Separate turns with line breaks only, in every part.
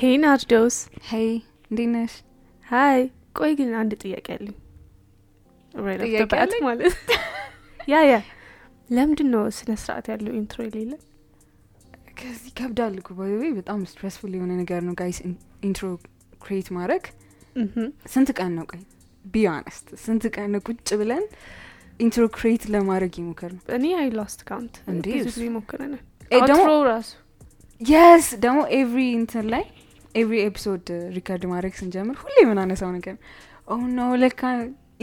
ሄይ ናርዶስ።
ሄይ እንዴት ነሽ?
ሀይ። ቆይ ግን አንድ ጥያቄ አለኝ።
ጥያቄ
ራት
አለኝ?
ማለት ያ ያ ለምንድን ነው ስነ ስርዓት ያለው ኢንትሮ የሌለ?
ከዚህ ከብዳል እኮ ባይ ወይ በጣም ስትረስፉል የሆነ ነገር ነው ጋይስ። ኢንትሮ ክሬት ማድረግ
እህም።
ስንት ቀን ነው? ቆይ ቢያነስት ስንት ቀን ነው ቁጭ ብለን ኢንትሮ ክሬት ለማድረግ ይሞከር ነው?
እኔ አይ ሎስት ካውንት
እንዴ፣
ብዙ
እሱ-
ጊዜ ሞክረናል።
ኤ Eh, ደግሞ
አውትሮ ራሱ
የስ ደግሞ ኤቭሪ እንትን ላይ ኤቭሪ ኤፒሶድ ሪከርድ ማድረግ ስንጀምር ሁሌ የምናነሳው ነገር ኦ ኖ ለካ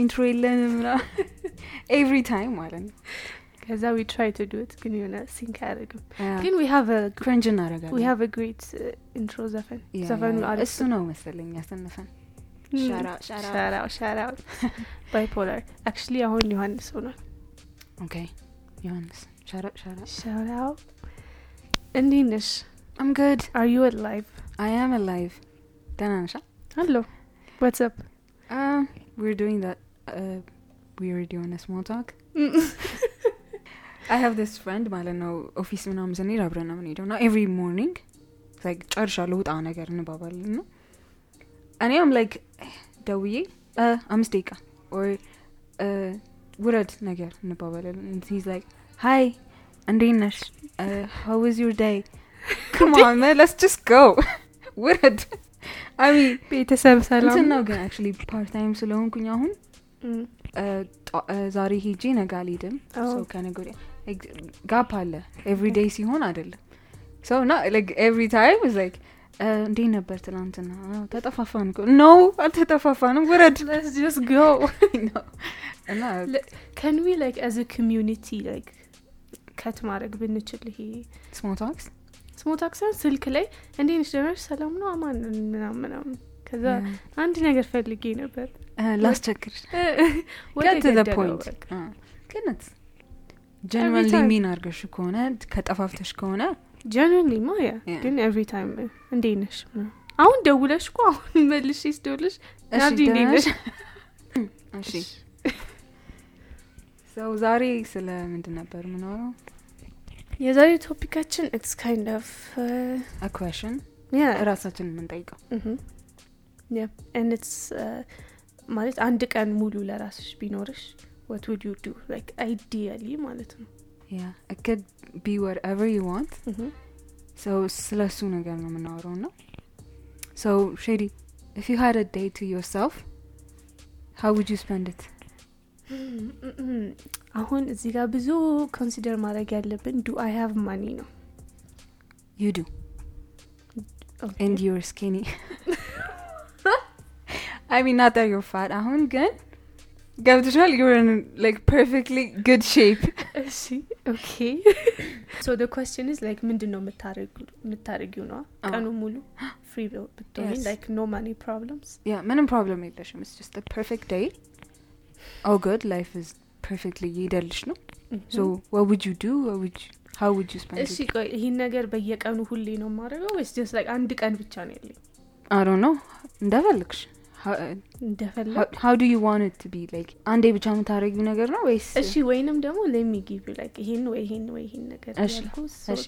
ኢንትሮ የለንም ኤቭሪ ታይም ማለት ነው።
ከዛ ዊ ትራይ ቱ ዱ ኢት ግን የሆነ ሲንክ አያደርግም። ግን ዊ ሃቭ አ
ክረንጅ
ዊ
እናደርጋለን።
ሃቭ አ ግሬት ኢንትሮ uh, ዘፈን
ያ፣ ያ፣
ዘፈኑ
ያ።
አሪፍ
እሱ ነው መሰለኝ ያሰነፈን።
ነው።
Shout out, shout out.
ሻራው ሻራው ባይፖላር አክቹሊ አሁን ዮሐንስ ሆኗል።
ኦኬ ዮሐንስ ሻራ ሻራ
ሻራው እንዴት ነሽ?
አም ጉድ
አር ዩ አላይቭ?
አይ አም አላይቭ ደህና ነሻ
አሎ ዋትስአፕ
Uh, ዊር ዶይንግ ዛት uh, ዊርድ የሆነ ስሞል ታክ አይ ሃቭ ዲስ ፍሬንድ ማለት ነው ኦፊስ ምናምን ስንሄድ አብረን ነው የምንሄደው እና ኤቭሪ ሞርኒንግ ላይክ ጨርሻለሁ ውጣ ነገር እንባባለን ነው እኔም ላይክ ደውዬ "እ፣ አምስት ደቂቃ ኦር uh, ውረድ ነገር እንባባለን ሂዝ ላይክ ሀይ እንዴት ነሽ ሀው ኢዝ ዩር ዳይ ክማን ለስ ጀስት ጎ ውረድ አሚ
ቤተሰብ ሰላም
እንትን ነው ግን አክቹሊ ፓርት ታይም ስለሆንኩኝ አሁን
እም፣
እ፣ ጠ- እ፣ ዛሬ ሄጄ ነገ አልሄድም
አዎ።
ሰው ከነገ ወዲያ ጋፕ አለ ኤቭሪ ዴይ ሲሆን አይደለም ሰው እና ኤቭሪ ታይም ላይክ እንዴት ነበር ትናንትና አዎ፣ ተጠፋፋን እኮ ኖ አልተጠፋፋንም ውረድ
Let's just go.
ነው። እና
Can we like as a community like ከት ማድረግ ብንችል ይሄ
ስሞል ታክስ
ስሞታክሰን ስልክ ላይ እንዴት ነሽ ደህና ነሽ ሰላም ነው አማን ነን ምናምን ምናምን ከዛ አንድ ነገር ፈልጌ ነበር
ላስቸግር
ወደ
Get to the
ገደለው
point.
በቃ።
አዎ። ግነት ጀንመን
time.
ሚን አድርገሽ ከሆነ ከጠፋፍተሽ ከሆነ
ጀንንሊ ማ ያ
Yeah.
ግን ኤቭሪ ታይም እንዴት ነሽ ምናምን። አሁን ደውለሽ እኮ አሁን መልሼ ስደውልሽ
እሺ፣
ናርዲ እንዴት
ደህና
ነሽ
እሺ ሰው ዛሬ ስለ ምንድን ነበር ምኖረው
የዛሬ ቶፒካችን ኢትስ ካይንድ ኦፍ
አኳሽን
ያ
ራሳችን የምንጠይቀው
ኢትስ ማለት አንድ ቀን ሙሉ ለራስሽ ቢኖርሽ ወት ውድ ዩ ዱ ላይክ አይዲያሊ ማለት ነው።
ያ እክድ ቢ ወር ኤቨር ዩ ዋንት
Mhm.
ሰው ስለ እሱ ነገር ነው የምናወረው ነው ሰው ሼዲ ኢፍ ዩ ሃድ ዴይ ቱ ዮርሰልፍ ሀው ውድ ዩ ስፐንድ ት
አሁን እዚህ ጋር ብዙ ኮንሲደር ማድረግ ያለብን ዱ አይ ሃቭ ማኒ ነው።
ዩ ዱ
Okay.
ኤንድ ዩር ስኪኒ አይ ሚን ናት ዩር ፋት አሁን ግን ገብትሻል ዩር ላይክ ፐርፌክትሊ ጉድ ሼፕ
እሺ ኦኬ ሶ ደ ኮስችን ኢዝ ላይክ ምንድን ነው የምታረጉ- የምታረጊው ነው
አዎ።
ቀኑ ሙሉ ፍሪ ብትሆኝ
Yes.
ላይክ ኖ ማኒ ፕሮብለምስ
ያ ምንም ፕሮብለም የለሽም ስ ጀስት ፐርፌክት ዴይ ኦ ጉድ ላይፍ ዝ ፐርፌክትሊ ይሄዳልሽ ነው ሶ
Hmm.
ወ ውድ ዩ ዱ ሀው ውድ ዩ ስፐንድ
እሺ ቆይ ይህን ነገር በየቀኑ ሁሌ ነው የማደርገው ወይስ ጀስት ላይክ አንድ ቀን ብቻ ነው ያለኝ
አሮ ነው እንደፈለግሽ uh,
እንደፈለግ
ሀው ዱ ዩ ዋንት ቱ ቢ ላይክ አንዴ ብቻ የምታደረጊው ነገር ነው ወይስ
እሺ ወይንም ደግሞ ለሚ ጊቭ ዩ ላይክ ይሄን ወይ ይሄን ወይ ይሄን ነገር
እሺ፣
እያልኩ so-
እሺ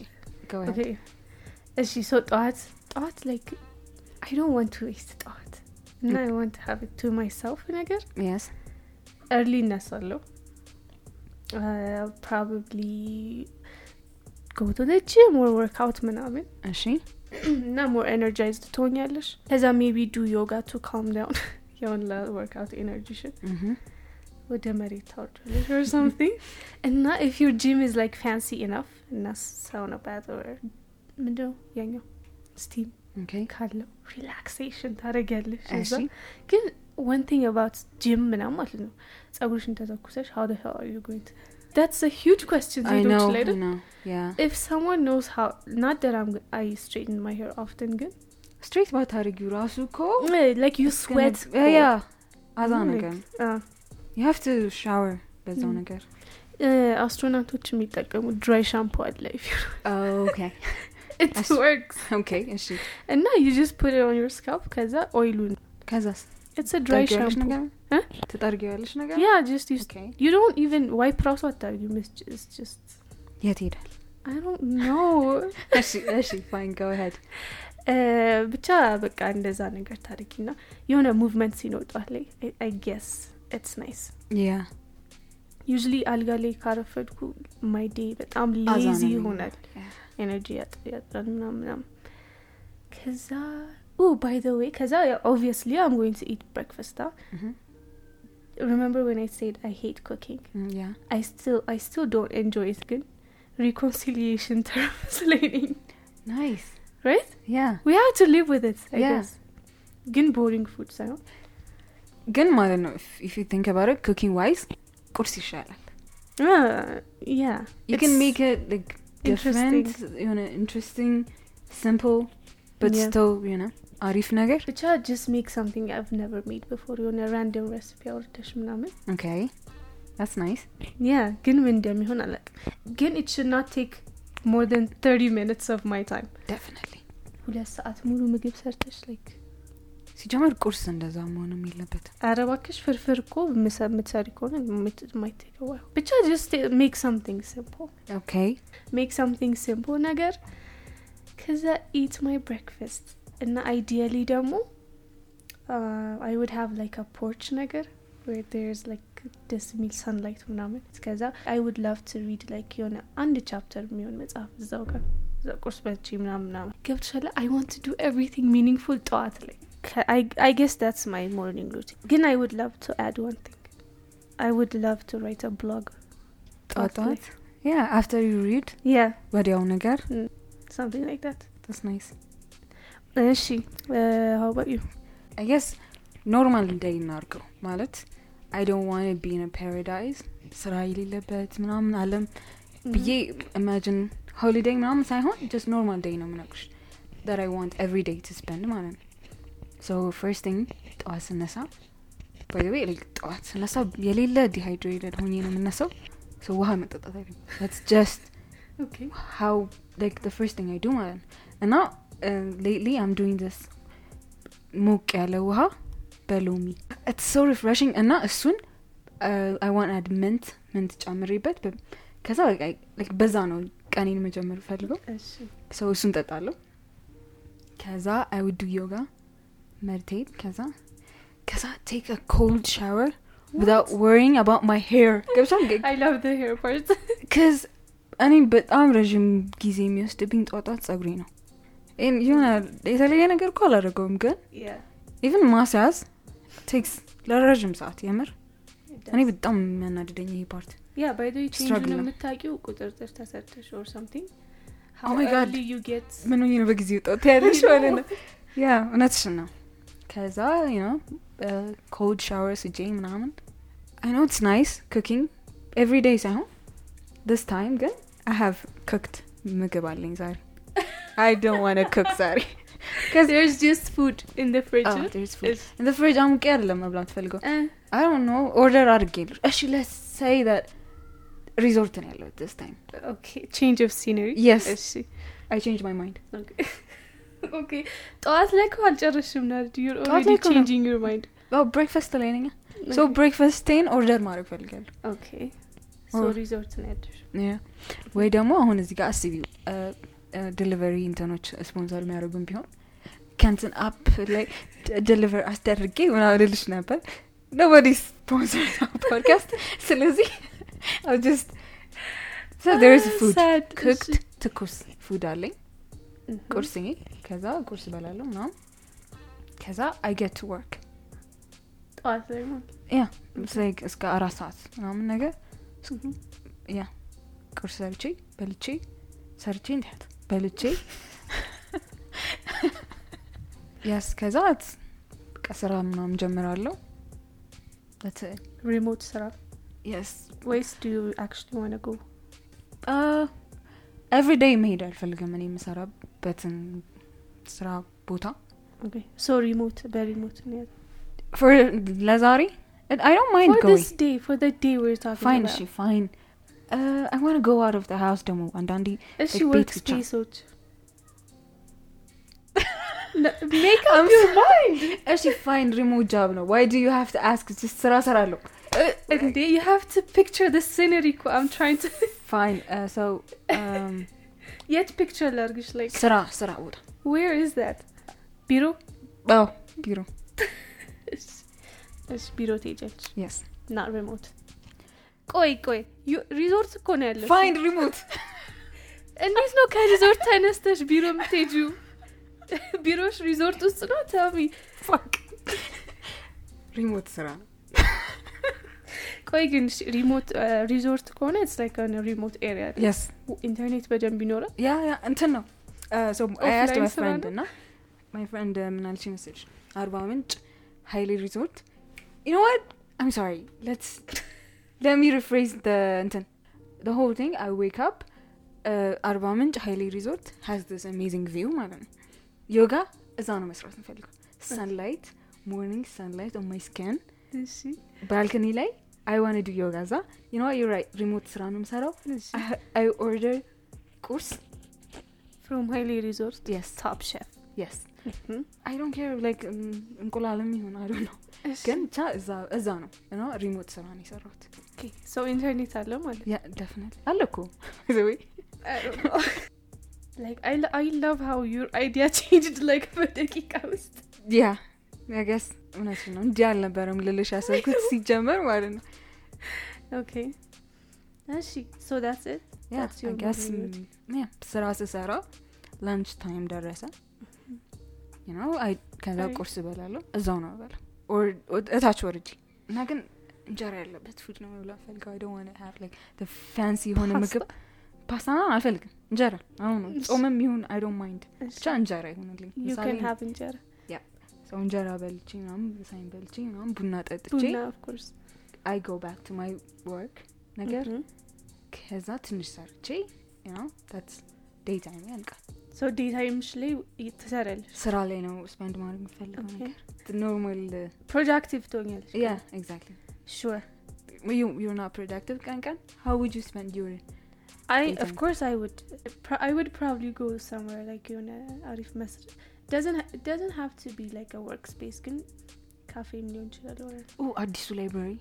go ahead.
okay. እሺ ሶ ጠዋት ጠዋት ላይክ አይ ዶንት ዋንት ቱ ዌስት ጠዋት እና አይ ዋንት ሃቭ ቱ ማይሰልፍ ነገር
Yes.
ኤርሊ እነሳለሁ Uh, ፕሮባብሊ ጎ ቱ ዘ ጂም ኦር ወርክአውት ምናምን
እሺ
እና ሞር ኤነርጃይዝድ ትሆኛለሽ ከዛ ሜቢ ዱ ዮጋ ቱ ካልም ዳውን የሆን ለወርክአውት ኤነርጂሽን
mhm.
ወደ መሬት ታወርጃለሽ or something እና if your gym is like fancy enough እና ሳውና ባዝ or ምንድነው ያኛው ስቲም
Okay.
ካለው ሪላክሴሽን ታደርጊያለሽ
እሺ
እዛ ግን one thing about gym ምናምን ማለት ነው ጸጉርሽን ተተኩሰሽ how the hell are you going to that's a huge question
I
ዜዶች
know.
ላይ
I
አይደል?
know. Yeah.
if someone knows how not that I'm, I straighten my hair often ግን
ስትሬት ባታደረጊው ራሱ እኮ
Eh, like you
it's gonna-
sweat Oh
ያ ያ አዛ
Right.
ነገር
Ah.
you have to shower በዛው
Mm.
ነገር
Eh, አስትሮናቶች የሚጠቀሙ ድራይ ሻምፖ አለ Oh,
Oh, Okay.
it
Ast-
works
Okay. እሺ
እና you just put it on your scalp ከዛ ኦይሉን
ከዛስ
it's a dry
ትጠርጊዋለሽ
shampoo
ነገር
እ?
ትጠርጊዋለሽ ነገር
yeah just use
Okay.
you don't even wipe ራሱ አታርጊም it's ju- it's just
የት ይሄዳል
I don't know.
እሺ እሺ ፋይን ጎ ሄድ
Uh, ብቻ በቃ እንደዛ ነገር ታደርጊና የሆነ ሙቭመንት ሲኖር ጠዋት ላይ አይ ጌስ ኢትስ ናይስ
ያ
ዩዝሊ አልጋ ላይ ካረፈድኩ ማይ ዴይ በጣም
አዛ ነው
ሌዚ
የሚሆነው።
ይሆናል ኤነርጂ ያጥ- ያጥራል ምናምን ምናምን ከዛ oh, ኦ ባይ ዘ ዌይ ከዛ ኦብቪየስሊ አም ጎይንግ ቱ ኢት ብሬክፋስት ሪመምበር ወን አይ ሴድ አይ ሄት ኩኪንግ
ያ
አይ ስቲል አይ ስቲል ዶንት ኤንጆይ ኢት ግን ሪኮንሲሊየሽን ተርም ስለኔኝ
ናይስ
ራይት
ያ
ዊ ሃቭ ቱ ሊቭ ዊዝ ኢት አይ
Yeah.
ጌስ ግን ቦሪንግ ፉድ ሳይሆን
ግን ማለት ነው ኢፍ ዩ ቲንክ አባውት ኢት ኩኪንግ ዋይዝ ቁርስ ይሻላል
ያ
you can make it like different you know interesting simple but
Yeah.
still you know arif nagar
ብቻ just make something I've never made before የሆነ ራንደም recipe አውርደሽ ምናምን
okay that's nice
ያ ግን ምን እንደሚሆን አላውቅም ግን it should not take more than 30 minutes of my time
definitely
ሁለት ሰዓት ሙሉ ምግብ ሰርተሽ like
ሲጀመር ቁርስ እንደዛ መሆንም የለበትም
ኧረ እባክሽ ፍርፍር እኮ ምሰ- ምትሰሪ ከሆነ it might take a while ብቻ just make something simple
okay
make something simple ነገር ከዛ eat my breakfast እና ideally ደግሞ uh, I would have like a porch ነገር where there's like ደስ የሚል sunlight ምናምን ከዛ I would love to read like የሆነ አንድ ቻፕተር የሚሆን መጽሐፍ እዛው ጋር እዛ ቁርስ በልቼ ምናምን ምናምን ገብቶሻል I want to do everything meaningful ጠዋት ላይ ከ- I, I guess that's my morning routine ግን I would love to add one thing I would love to write a blog
ጠዋት
ላይ.
ጠዋት yeah after you read
yeah
ወዲያው ነገር
something like that
that's nice
እሺ how about you?
i guess ኖርማል ዴይ እናርገው ማለት i don't want to be in a paradise ስራ የሌለበት ምናምን አለም
Mm-hmm.
ብዬ ኢማጂን ሆሊዴይ ምናምን ሳይሆን ጀስት ኖርማል ዴይ ነው ምነቁሽ that i want every day to spend ማለት ነው so first thing ጠዋት ስነሳ by the way like ጠዋት ስነሳ የሌለ dehydrated ሆኜ ነው የምነሳው so ውሃ መጠጣት አይደለም that's just
Okay.
how like the first thing i do ማለት ነው እና uh, lately i'm doing this ሞቅ ያለ ውሃ በሎሚ it's so refreshing እና እሱን uh, i want add mint mint ጨምሬበት በ- ከዛ like, I- like በዛ ነው ቀኔን መጀመር ፈልገው
እሺ
ሰው እሱን ጠጣለሁ ከዛ i would do yoga meditate ከዛ ከዛ take a cold shower without worrying about my hair ገብቷል ገ-
I love the hair part.
ክዝ እኔ በጣም ረዥም ጊዜ የሚወስድብኝ ጧጧት ጸጉሬ ነው ይህን የሆነ የተለየ ነገር እኮ አላደረገውም ግን
yeah.
ኢቭን ማስያዝ ቴክስ ለረዥም ሰዓት የምር እኔ በጣም የሚያናድደኝ ይሄ ፓርት
yeah, by the way, change
Struggle.
ነው የምታውቂው ቁጥርጥር ተሰርተሽ or something. How
Oh my God.
early you get
ምን ሆኜ ነው በጊዜ ወጣት ያለሽ
I know.
ማለት ነው ያ እውነትሽን ነው ከዛ ነው ኮልድ ሻወር ስጄ ምናምን አይ ኖ ኢትስ ናይስ ኩኪንግ ኤቭሪ ዴይ ሳይሆን ዲስ ታይም ግን አይ ሃቭ ኩክድ ምግብ አለኝ ዛሬ አይ ዶንት ዋን ኩክ ዛሬ
there's just food in the fridge.
Oh, there's food.
It's-
In the fridge, አሙቄ አይደለም መብላት ፈልገው
Eh,
አይ ዶንት ኖ ኦርደር አድርጌልሽ እሺ ለስ ሳይ ዛት ሪዞርት ነው ያለሁት this time
okay, change of scenery.
Yes.
እሺ
i changed my mind
Okay. okay. ጠዋት ላይ እኮ አልጨረስሽም ናድ you're
ጠዋት ላይ
already
እኮ ነው።
changing your mind.
well Oh, breakfast ላይ ነኝ so breakfast ቴን ኦርደር ማድረግ ፈልጋለሁ
okay. So
Oh.
resort ነው ያደርሽ.
Yeah. ወይ ደግሞ አሁን እዚህ ጋር አስቢው ዲሊቨሪ እንትኖች ስፖንሰር የሚያደርጉን ቢሆን ከንትን አፕ ላይ ዲሊቨር አስደርጌ ምናምን ልልሽ ነበር ኖቦዲ ስፖንሰር ፖድካስት ስለዚህ I was just so there is
Ah,
food
sad.
cooked
እሺ።
ትኩስ ፉድ አለኝ
Mhm.
ቁርስ ይሄ ከዛ ቁርስ በላለሁ ምናምን ከዛ አይ ጌት ቱ ወርክ
ጠዋት ላይ ማለት
ያ እስከ አራት ሰዓት ምናምን ነገር
ነው።
ያ ቁርስ ሰርቼ በልቼ ሰርቼ እንዲያት በልቼ ያስ ከዛ ቀስራ ምናምን ጀምራለሁ That's it.
ሪሞት ስራ
Yes.
ወይስ ዱ ዩ አክቹሊ ዋና ጎ
Uh, every day መሄድ አልፈልግም እኔ የምሰራበትን ስራ ቦታ
Okay. So remote, very remote. Yeah.
For ለዛሬ I don't mind
For
going.
this day, for the day we're talking
Fine,
about.
እሺ fine. Uh, I want to go out of the house ደግሞ አንዳንዴ
Is she
like
works
ቤት ብቻ።
spaceዎች? No, make up your mind.
እሺ ፋይን ሪሞት ጃብ ነው ዋይ ዱ ዩ ሃቭ ቱ አስክ ስራ ሰራለሁ
እንዴ you have to picture the scenery እኮ I'm trying to
ፋይን ሰው Uh, um,
የት picture ላርግሽ like
ስራ ስራ ቦታ
where is that ቢሮ
አዎ ቢሮ
እሺ ቢሮ ትሄጃለሽ
የስ
not remote ቆይ ቆይ ሪዞርት እኮ ነው ያለው
ፋይን ሪሞት
እንዴት ነው ከሪዞርት ተነስተሽ ቢሮ የምትሄጂው ቢሮሽ ሪዞርት ውስጥ ነው ታሚ
ፋክ ሪሞት ስራ
ቆይ ግን እሺ፣ ሪሞት ሪዞርት ከሆነ ስ ላይክ ሪሞት ኤሪያ
የስ
ኢንተርኔት በደንብ ይኖራል
ያ ያ እንትን ነው ሶ አያስድ
Offline
ማይ
ስራ
ፍሬንድ
ነው?
እና ማይ ፍሬንድ ምን አለች መሰለሽ አርባ ምንጭ ሀይሌ ሪዞርት you know what i'm sorry let's let me rephrase the እንትን the whole thing i wake up uh, አርባ ምንጭ ሀይሌ ሪዞርት has this amazing view ማለት ነው ዮጋ እዛ ነው መስራት እንፈልገው sunlight morning sunlight on my skin
እሺ
balcony ላይ i want to do yoga እዛ you know what you're right remote ስራ ነው የምሰራው
እሺ
I, i order ቁርስ
from ሀይሌ ሪዞርት
yes
top chef
yes
Mm-hmm.
አይ ዶንት ኬር ላይክ um, እንቁላልም ይሆን አይ ዶንት ኖ
እሺ
ግን ብቻ እዛ እዛ ነው እና ሪሞት ስራ ነው የሰራሁት
Okay, so ኢንተርኔት አለ ማለት
ያ ደፍነት አለ እኮ ዘዌ
I don't know. like I, lo- I love how your idea changed like በደቂቃ ውስጥ
ያ ነገስ እውነት ነው እንዲህ አልነበረም ልልሽ ያሰብኩት ሲጀመር ማለት ነው
Okay. እሺ so that's it
ያ
That's your
ገስ
movie.
ስራ ስሰራ ላንች ታይም ደረሰ
Mm-hmm.
You know, I- ከዛ
አይ።
ቁርስ እበላለሁ እዛው ነው በላ እታች ወርጄ እና ግን እንጀራ ያለበት ፉድ ነው መብላት ፈልገው አይ ዶንት ሃቭ ላይክ ፋንሲ የሆነ
Pasta?
ምግብ ፓስታ አልፈልግም እንጀራ አሁን
እሺ።
ጾምም ይሁን አይ ዶንት ማይንድ
እሺ
ብቻ እንጀራ ይሆንልኝ
you
ምሳሌ
can have እንጀራ
ሰው እንጀራ በልቼ ምናምን ሳይን በልቼ ምናምን ቡና ጠጥቼ
ቡና of course
አይ ጎ ባክ ቱ ማይ ወርክ ነገር
Mhm.
ከዛ ትንሽ ሰርቼ you know, that's e ዴይ ታይም ያልቃል
so daytimeሽ ላይ ይ- ትሰሪያለሽ
ስራ ላይ ነው ስፔንድ ማድረግ የምፈልገው
Okay.
ነገር ኖርማል
productive ትሆኛለሽ
ያ ኤግዛክትሊ
sure
you you're not productive ቀን ቀን how would you spend your
I of
Daytime.
course I would pr- I would probably go somewhere like የሆነ አሪፍ መስር doesn't ha- it doesn't have to be like a workspace ግን ካፌም ሊሆን ይችላል ወረ
oh አዲሱ ላይብራሪ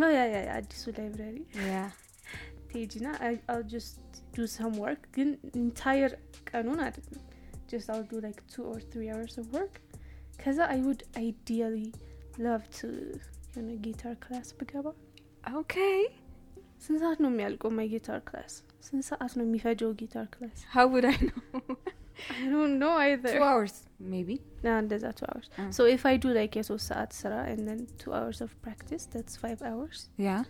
no Oh, yeah yeah yeah, አዲሱ ላይብራሪ
ያ
ቴጂና I'll just do some work ግን entire ቀኑን አይደለም just I'll do like two or three hours of work ከዛ I would ideally love to የሆነ ጊታር ክላስ ብገባ
okay
ስንት ሰዓት ነው የሚያልቀው ማይ ጊታር ክላስ ስንት ሰዓት ነው የሚፈጀው ጊታር ክላስ
how would i know
I don't know either
two hours maybe
ና እንደዛ two hours
Ah.
so if I do like የሶስት ሰዓት ስራ and then two hours of practice that's five hours
yeah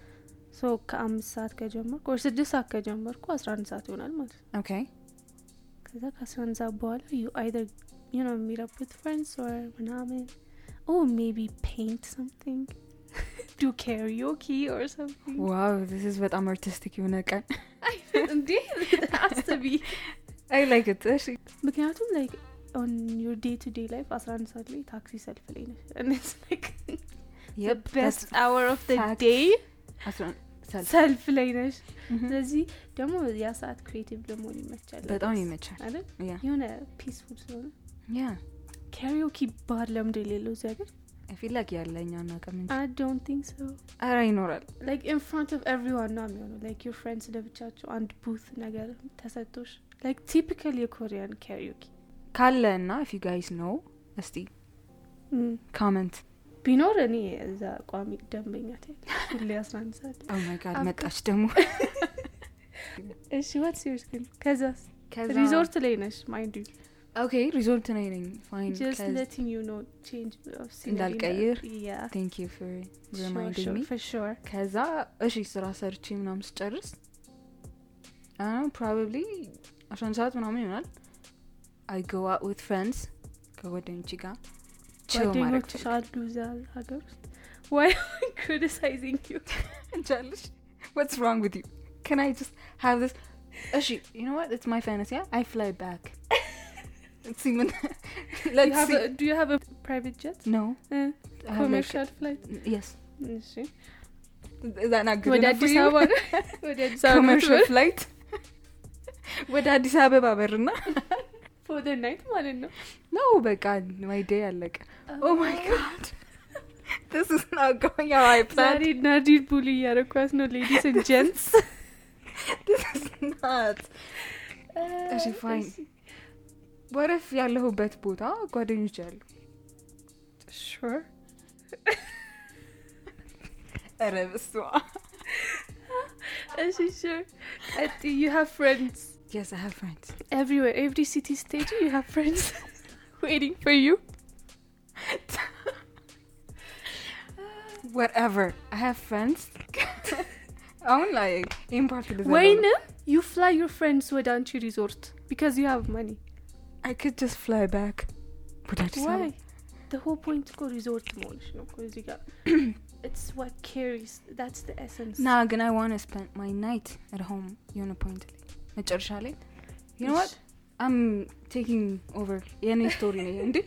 so ከአምስት ሰዓት ከጀመርኩ or ስድስት ሰዓት ከጀመርኩ አስራ አንድ ሰዓት ይሆናል ማለት ነው
okay
ከዛ ከአስራ አንድ ሰዓት በኋላ you either you know meet up with friends or ምናምን oh maybe paint something do karaoke or something
wow this is በጣም artistic የሆነ ቀን
እንዴ አስቢ
i like it እሺ
ምክንያቱም like on your day to day life 11 ሰዓት ላይ ታክሲ ሰልፍ ላይ ነሽ and it's like the
Yep, that's
best hour of the
fact.
day
አስራ አንድ ሰዓት።
ሰልፍ ላይ ነሽ
Mhm.
ስለዚህ ደግሞ ያ ሰዓት ክሬቲቭ ለመሆን ይመቻል
በጣም ይመቻል
አይደል
ያ
የሆነ ፒስፉል ስለሆነ
ያ
ካሪዮኪ ባር ለምዶ የሌለው እዚህ ሀገር
ፊላክ ያለ እኛ እናውቅም እንጂ
አይ ዶንት ቲንክ ሶ
ኧረ ይኖራል
ላይክ ኢን ፍሮንት ኦፍ ኤቭሪዋን ነው የሚሆነው ላይክ ዩር ፍሬንድስ ለብቻቸው አንድ ቡት ነገር ተሰጥቶሽ ላይክ ቲፒካል የኮሪያን ካሪዮኪ
ካለ እና ፊ ጋይስ ነው እስቲ ካመንት
ቢኖር እኔ እዛ ቋሚ ደንበኛ ትያለሽ ሁሌ አስራ አንድ ሰዓት ላይ።
ኦማይ ጋድ
አብቃ።
መጣች ደግሞ
እሺ ዋት ሲሪስ ግን ከዛስ
ከዛ-
ሪዞርት ላይ ነሽ ማይንድ ዩ
ኦኬ ሪዞርት ነኝ ነኝ ፋይን
ጀስት ሌቲንግ ዩ ኖ ቼንጅ
እንዳልቀይር።
ያ
ቴንክ ዩ ፎር ሪማይንዲንግ ሚ
ፎር ሹር
ከዛ እሺ ስራ ሰርቼ ምናምን ስጨርስ ፕሮባብሊ አስራ አንድ ሰዓት ምናምን ይሆናል አይ ጎ አውት ዊት ፍሬንድስ ከጓደኞቼ ጋር ችል ማድረግ
ጓደኞችሽ አሉ እዛ ሀገር ውስጥ ዋይ ክሪቲሳይዚንግ ዩ
ትችላለሽ ዋትስ ሮንግ ዊት ዩ ከን አይ ጀስት ሃቭ ስ እሺ ዩ ኖ ዋት ኢትስ ማይ ፋንታሲ አይ ፍላይ ባክ እስቲ ምን
You have a- do you have a private jet?
ኖ
Uh, commercial flight? Mm,
የስ
እሺ።
ዛና
ወደ አዲስ አበባ ነው? ወደ አዲስ አበባ ነው
ኮመርሻል
የምትበል?
ፍላይት ወደ አዲስ አበባ በርና
for the night ማለት ነው። Uh, Oh.
ነው በቃ ማይ ዴይ አለቀ ኦ ማይ ጋድ oh this is not going how I planned.
ዛሬ ናዲድ ቡል እያረኳት ነው ሌዲስ ኤንድ ጀንትስ
this is not. እሺ ፋይን ወረፍ ያለሁበት ቦታ ጓደኞች አሉ።
ሹር
ኧረ በስመ አብ።
እሺ ሹር ቀጥ ዩ ሃቭ ፍሬንድስ
Yes, I have friends.
ኤቭሪዌር ኤቭሪ ሲቲ ስቴጅ ዩ ሃቭ ፍሬንድስ ዌቲንግ ፎር ዩ
Whatever. I have friends. አሁን ላይ ይህን ፓርት ልዘጋው ነው።
ወይንም ዩ ፍላይ ዩር ፍሬንድስ ወደ አንቺ ሪዞርት ቢካዝ ዩ ሃቭ ማኒ
I could just fly back. ወደ አዲስ አበባ
ዋይ ዘ ሆል ፖይንት እኮ ሪዞርት መሆንሽ ነው እኮ እዚህ ጋር ኢትስ ዋት ኬሪስ ዳትስ ዘ ኤሰንስ
ና ግን አይ ዋን ስፔንድ ማይ ናይት አት ሆም የሆነ ፖይንት ላይ መጨረሻ ላይ ዩ ኖ ዋት አም ቴኪንግ ኦቨር የእኔ ስቶሪ ነው ይሄ እንዴ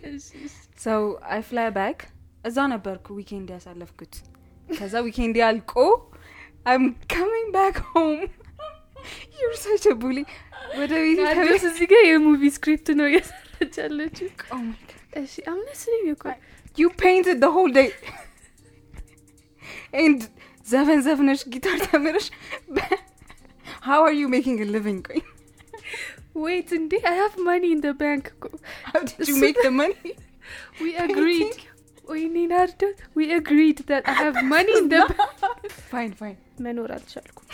ሶ አይ ፍላይ ባክ እዛ ነበርኩ ዊኬንድ ያሳለፍኩት ከዛ ዊኬንድ ያልቆ አይም ካሚንግ ባክ ሆም ዩር ሰች ቡሊ ወደ ቤት
ናርዶስ እዚህ ጋር የሙቪ ስክሪፕት ነው እየሰራች ያለችው እሺ አምነስንም እኮ
ዩ ፔይንትድ ደ ሆል ዴይ ኤንድ ዘፈን ዘፍነሽ ጊታር ተምረሽ ሃው አር ዩ ሜኪንግ ሊቪንግ ቆይ
ዌይት እንዴ አይ ሃቭ ማኒ ኢን ደ ባንክ እኮ
How did you
So
make the money?
ዊ አግሪድ ወይኔ ናርዶስ ዊ አግሪድ ዳት አይ ሃቭ ማኒ ኢን ደ ባንክ
Fine, fine.
መኖር አልቻልኩም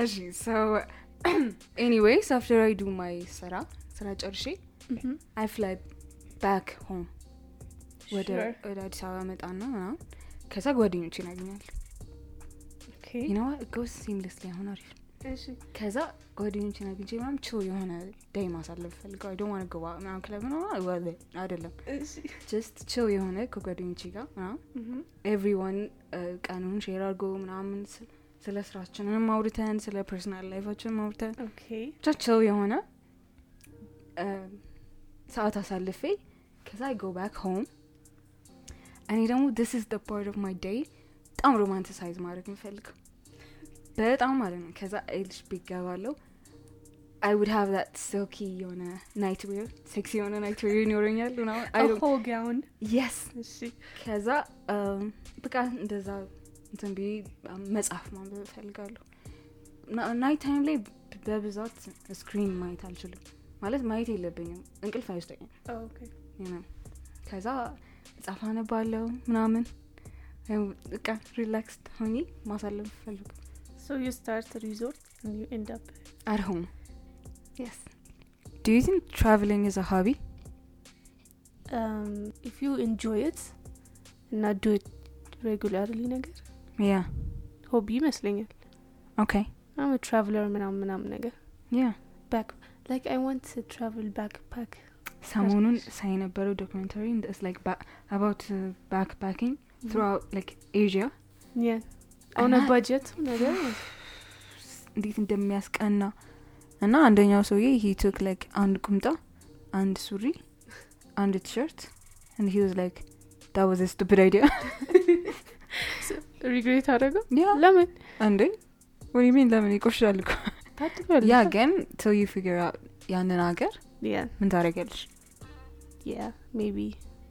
Actually, so anyways, after I do my Sara, Sara Charshi,
Mhm.
I fly back home. ወደ
Sure.
ወደ አዲስ አበባ መጣና ምናምን ከዛ ጓደኞችን አገኛለሁ
Okay.
ይነዋ ጎስ ሲምለስሊ አሁን አሪፍ ነው።
እሺ
ከዛ ጓደኞችን አግኝቼ ምናምን ችው የሆነ ዳይ ማሳለፍ ፈልገው ዶ ዋን ገባ ምናምን ክለብ ምናምን አይደለም
እሺ
ጀስት ችው የሆነ ከጓደኞቼ ጋር ምናምን
Mhm.
ኤቭሪዋን ቀኑን ሼር አድርጎ ምናምን ስ- ስለ ስራችንንም አውርተን ስለ ፐርሰናል ላይፋችንም አውርተን
Okay.
ብቻቸው የሆነ እ፣ ሰዓት አሳልፌ ከዛ አይ ጎ ባክ ሆም እኔ ደግሞ ዲስ ኢዝ ደ ፓርት ኦፍ ማይ ዴይ በጣም ሮማንቲሳይዝ ማድረግ የምፈልገው በጣም ማለት ነው ከዛ ኤልሽ ቤት ገባለሁ አይ ውድ ሃቭ ዛት ሲልኪ የሆነ ናይት ዌር ሴክሲ የሆነ ናይት ዌር ይኖረኛል
A
ምናምን
whole gown.
የስ
እሺ
ከዛ እም፣ በቃ እንደዛ እንትን ብዬ መጽሐፍ ማንበብ እፈልጋለሁ ና- ናይት ታይም ላይ በብዛት ስክሪን ማየት አልችልም ማለት ማየት የለብኝም እንቅልፍ አይወስደኝም
Oh, Okay.
you know። ከዛ መጽሐፍ አነባለሁ ምናምን ያው በቃ ሪላክስ ሆኜ ማሳለፍ ፈልጉ
So you start the resort and you end up.
አርሆም yes do you think traveling is a hobby
Um, if you enjoy it እና do it regularly ነገር
yeah
ሆቢ ይመስለኛል።
okay
I'm a traveler ምናምን ምናምን ነገር
yeah
back like I want to travel backpack.
ሰሞኑን ሳይ የነበረው ዶክመንታሪ ኢትስ ላይክ አባውት ባክፓኪንግ Mm-hmm. throughout like Asia
Yeah. On a
And I-
budget oh ነገር
እንዴት እንደሚያስቀና እና አንደኛው ሰውዬ ሂ ቱክ ላይክ አንድ ቁምጣ አንድ ሱሪ አንድ ቲሸርት and he was like that was a stupid idea
ሪግሬት አደረገው።
yeah
ለምን
እንዴ what do you mean ለምን ይቆሽሻል እኮ
ታጥባለህ?
ያ ግን till you figure out ያንን ሀገር
Yeah.
ምን ታደርጊያለሽ
Yeah. Maybe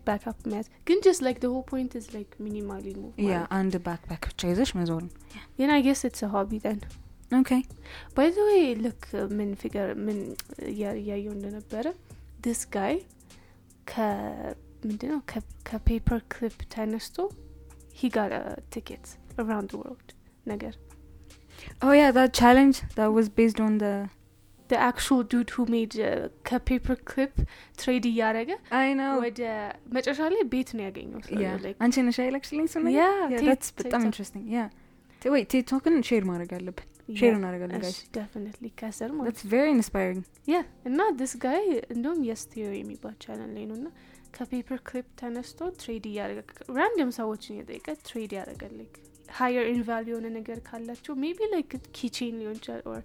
backup መያዝ ግን just like the whole point is like minimally move.
ያ
ማለት
አንድ ባክፓክ ብቻ ይዘሽ መዞር ነው
ነው። Then I guess it's a hobby then.
okay
ባይ ዘ ወይ ልክ uh, ምን ፊገር ምን እያ- እያየው እንደነበረ ዲስ ጋይ ከምንድን ነው ከፔፐር ክሊፕ ተነስቶ ሂ ጋር ቲኬት አራውንድ ወርልድ ነገር
oh yeah that challenge that was based on the
the actual dude who made uh, ከፔፐር ክሊፕ ትሬድ እያደረገ
i know
ወደ መጨረሻ ላይ ቤት ነው ያገኘው ሰውየው።
Oh. Yeah.
Like,
አንቺ ነሽ አይለቅሽልኝ እሱን ነገር?
Yeah,
Yeah,
ቴክ-
that's በጣም
ቴክቶክ።
interesting. Yeah. T- wait, ቲክቶክን share ማድረግ አለብን።
yeah,
share እናደርጋለን,
እሺ፣
guys.
definitely ከስር ማለት
That's very inspiring.
ያ እና ዲስ ጋይ እንደውም የስ ቲዮሪ የሚባል ቻናል ላይ ነው እና ከፔፐር ክሊፕ ተነስቶ ትሬድ እያደረገ ራንደም ሰዎችን የጠየቀ ትሬድ ያደረገልክ ሀየር ኢንቫል የሆነ ነገር ካላቸው ሜቢ ላይክ ኪቼን ሊሆን ይችላል ኦር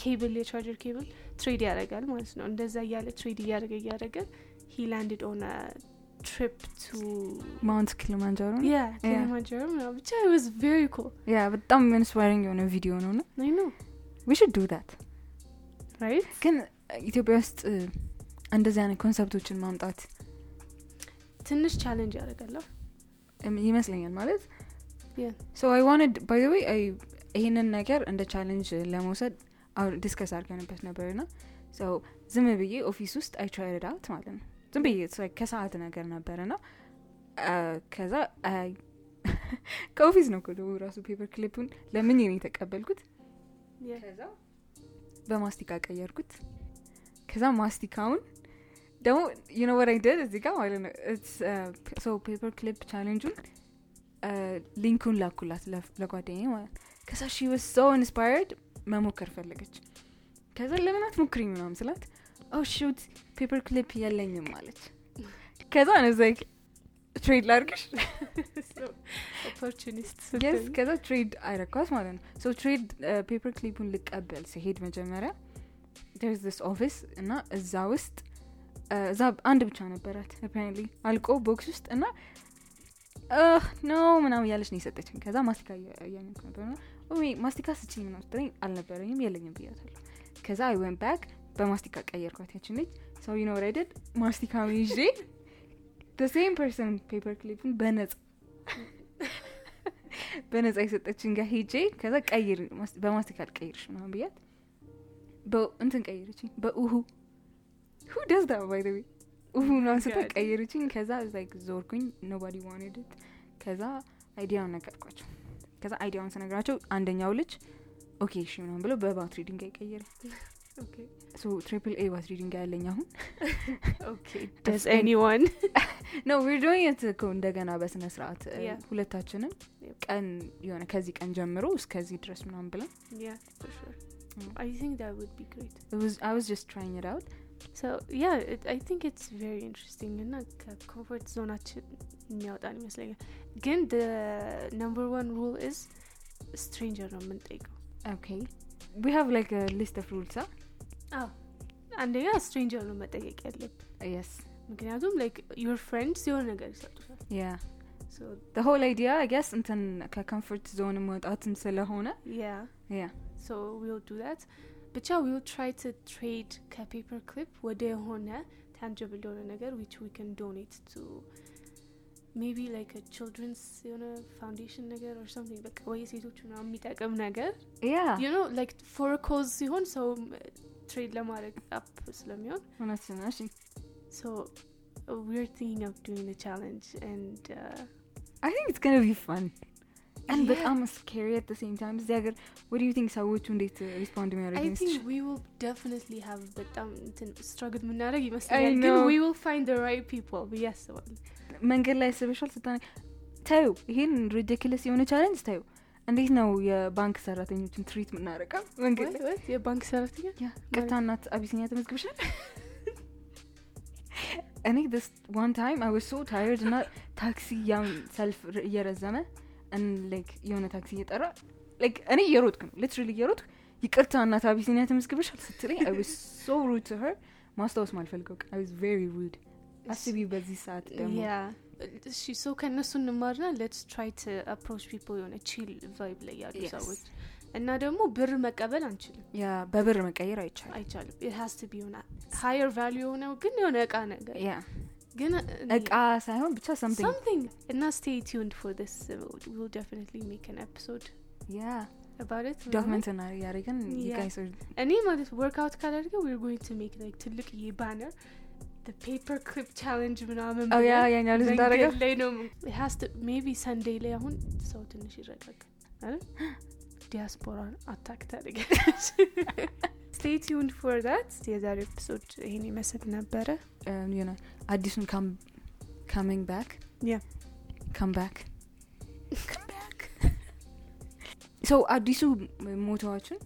ኬብል የቻርጀር ኬብል ትሬድ ያደረጋል ማለት ነው እንደዛ እያለ ትሬድ እያደረገ እያደረገ ሂ ላንድድ ኦን ትሪፕ ቱ
ማውንት ኪሊማንጃሮ ነው።
ያ ኪሊማንጃሮ ምናምን ብቻ ዋዝ ቬሪ ኮል
Yeah, በጣም inspiring የሆነ ቪዲዮ ነው እና
አይ ኖ
we should do that.
ራይት
ግን uh, ኢትዮጵያ ውስጥ uh, እንደዚህ አይነት ኮንሰፕቶችን ማምጣት
ትንሽ ቻሌንጅ ያደረጋለሁ
ይመስለኛል ማለት
Yeah.
ሶ አይ ዋንድ ባይ ዘ ዌይ ይህንን ነገር እንደ ቻሌንጅ ለመውሰድ ዲስከስ አድርገንበት ነበር ና ዝም ብዬ ኦፊስ ውስጥ አይ ትራይድ አውት ማለት ነው ዝም ብዬ it's like ከሰዓት ነገር ነበር ና ከዛ I- ከኦፊስ ነው ኮዶ ራሱ ፔፐር ክሊፑን ለምን ነው የተቀበልኩት
Yeah.
ከዛ በማስቲካ ቀየርኩት ከዛ ማስቲካውን ደግሞ ዩኖ ወር አይደል እዚህ ጋር ማለት ነው uh, ሶ ፔፐር ክሊፕ ቻሌንጁን ሊንኩን uh, ላኩላት ለፍ- ለጓደኛዬ ማለት ነው። ከዛ ሺ ወስ ሶ ኢንስፓየርድ መሞከር ፈለገች ከዛ ለምን አትሞክሪ ምናምን ስላት "Oh ኦ ሹት ፔፐር ክሊፕ የለኝም ማለች ከዛ ነዛይክ ትሬድ ላርግሽ
So, opportunist.
የስ
ስትሆኝ።
ከዛ ትሬድ አይረኳት ማለት ነው ሶ ትሬድ ፔፐር ክሊፑን ልቀበል ሲሄድ መጀመሪያ ርስ ስ ኦፊስ እና እዛ ውስጥ አ፣ እዛ አንድ ብቻ ነበራት አፓረንትሊ አልቆ ቦክስ ውስጥ እና ኖ ምናምን እያለች ነው የሰጠችን ከዛ ማስቲካ እያኘኩ ነበር እና "ኦይ፣ ማስቲካ ስችኝ ምናምን ስትለኝ አልነበረኝም የለኝም ብያታለሁ ከዛ አይ ወን ባክ በማስቲካ ቀየርኳት ያችን ልጅ ሰው ይኖረድድ ማስቲካዊ ይዤ ሴም ፐርሰን ፔፐር ክሊፑን በነጻ በነጻ የሰጠችን ጋር ሄጄ ከዛ ቀይር ማስ- በማስቲካ ልቀይርሽ ምናምን ብያት በ- እንትን ቀይርችኝ በኡሁ ሁ ደዝዳ ባይደዊ ኡሁ ምናምን ስትል
God.
ቀይርችኝ ከዛ ላይክ ዞርኩኝ ኖባዲ ዋንድት ከዛ አይዲያውን ነገርኳቸው ከዛ አይዲያውን ስነግራቸው አንደኛው ልጅ ኦኬ እሺ ምናምን ብሎ በባትሪ ድንጋይ ቀይር
Okay.
ትሪፕል ኤ ባትሪ ድንጋይ ያለኝ አሁን
Okay.
Does
Does anyone?
ኖ ዊር ዶይንግ ኢት እኮ እንደገና በስነ ስርዓት እ፣
Yeah.
ሁለታችንም
Yep.
ቀን የሆነ ከዚህ ቀን ጀምሮ እስከዚህ ድረስ ምናምን ብለን
yeah, for sure.
Mm.
I think that would be great.
አይ ዋዝ ጀስት ትራይንግ ኢት አውት
So yeah, it, I think it's very interesting and not comfort zone የሚያወጣን ይመስለኛል ግን the number one rule is stranger ነው የምንጠይቀው
ኦኬ ዊ ሃቭ ላይክ ሊስት ኦፍ ሩልስ
አዎ አንደኛ stranger ነው መጠየቅ ያለብን
የስ
ምክንያቱም like your friends የሆነ ነገር ይሰጡታል
ያ
so
ዘ ሆል አይዲያ አይ ጌስ እንትን ከኮምፎርት ዞን መውጣትም ስለሆነ
yeah
ያ
so we'll do that ብቻ we'll try to trade ከፔፐር ክሊፕ ወደ የሆነ tangible የሆነ ነገር which we can donate to maybe like a children's የሆነ foundation ነገር or something በቃ ወይ ሴቶች ምናምን የሚጠቅም ነገር
ያ
you know like for a cause ሲሆን ሰው ትሬድ ለማድረግ አፕ ስለሚሆን
እውነት ነው እሺ
so uh, we're thinking of doing the challenge and uh,
አይ ቲንክ ኢትስ ገና ቢ ፈን And
Yeah.
በጣም ስኬሪ at the same time እዚህ ሀገር what do you think ሰዎቹ እንዴት ሪስፖንድ
I
የሚያደርግ
think we will definitely have um, በጣም ስትራግል የምናደርግ
I
ይመስለኛል ግን
know.
we will find the right people ብዬ አስባለሁ
መንገድ ላይ ስበሻል ስታ ታዩ ይህን ሪዲክለስ የሆነ ቻለንጅ ታዩ እንዴት ነው የባንክ ሰራተኞችን ትሪት ምናረቀ መንገድ
What?
ላይ
What? የባንክ ሰራተኛ
ያ፣ ቅርታ እናት አቢሲኛ ተመዝግብሻል እኔ ስ ዋን ታይም አይ ሶ ታይርድ እና ታክሲ ያም ሰልፍ ር- እየረዘመ ላይክ የሆነ ታክሲ እየጠራ ላይክ እኔ እየሮጥኩ ነው ሊትራሊ እየሮጥኩ ይቅርታ እናት አቢሲኛ ተመዝግብሻል ስትለኝ አይ ሶ ሩድ ቱ ሄር ማስታወስ ማልፈልገው ቀን አይ ቬሪ ሩድ አስቢ በዚህ ሰዓት ደግሞ
Yeah. እሺ ሰው ከእነሱ እንማርና ሌትስ ትራይ ት አፕሮች ፒፕል የሆነ ቺል ቫይብ ላይ ያሉ
Yes.
ሰዎች እና ደግሞ ብር መቀበል አንችልም
ያ በብር መቀየር አይቻልም
አይቻልም it has to be on higher value የሆነው ግን የሆነ እቃ ነገር
ያ
ግን
እቃ ሳይሆን ብቻ ሰምቲንግ
something እና stay tuned for this uh, we'll definitely make an episode
ያ
about it
ዶክመንት እና ያደረገን
Yeah.
ይጋይሶ
እኔ ማለት workout ካላደርገ we're going to make like ትልቅዬ banner the paper clip challenge ምናምን
አው ያ
ብለን
ያኛው ልጅ እንዳደረገ
መንገድ ላይ ነው ም- it has to maybe sunday ላይ አሁን ሰው ትንሽ ይረጋግ አይደል ዲያስፖራን አታክ ታደርጋለች stay tuned for that የዛሬ episode ይሄን ይመስል ነበረ
ዩ ኖ አዲሱን ካሚንግ ባክ
Yeah.
ካም ባክ ካም ባክ ሶ አዲሱ ሞተዋችን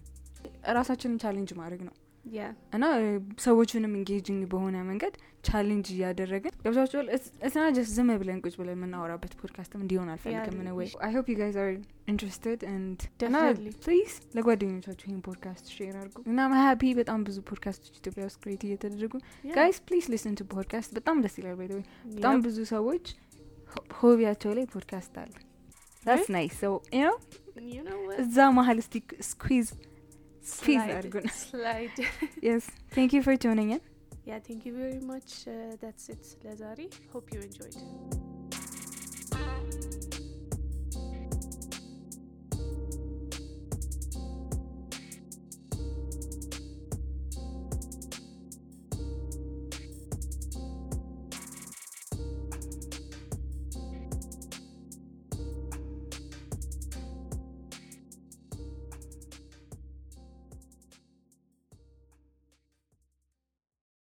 ራሳችንን ቻሌንጅ ማድረግ ነው
yeah
እና እ፣ ሰዎቹንም ኢንጌጂንግ በሆነ መንገድ ቻሌንጅ እያደረግን ገብዛችኋል እስና ጀስት ዝም ብለን ቁጭ ብለን የምናወራበት ፖድካስትም እንዲሆን አልፈልግም
Yeah,
ነው ወይ አይ ሆፕ ዩ ጋይዝ አር ኢንትረስትድ ኤንድ
Definitely.
ፕሊዝ ለጓደኞቻችሁ ይህን ፖድካስት ሼር አድርጉ እናም ሀፒ በጣም ብዙ ፖድካስቶች ኢትዮጵያ ውስጥ ክሬት እየተደረጉ
Yeah.
ጋይስ ፕሊዝ ሊስን ቱ ፖድካስት በጣም ደስ ይላል ባይ በጣም
Yep.
ብዙ ሰዎች ሆ- ሆቢያቸው ላይ ፖድካስት አለ ስ ናይስ ሰው ነው
You know what?
እዛ መሀል እስቲ ስኩዝ ስኩዝ አድርጉን
Slide.
የስ ቴንክ ዩ ፎር ቱኒንግ
yeah, thank you very much. Uh, that's it, Lazari. Hope you enjoyed.
in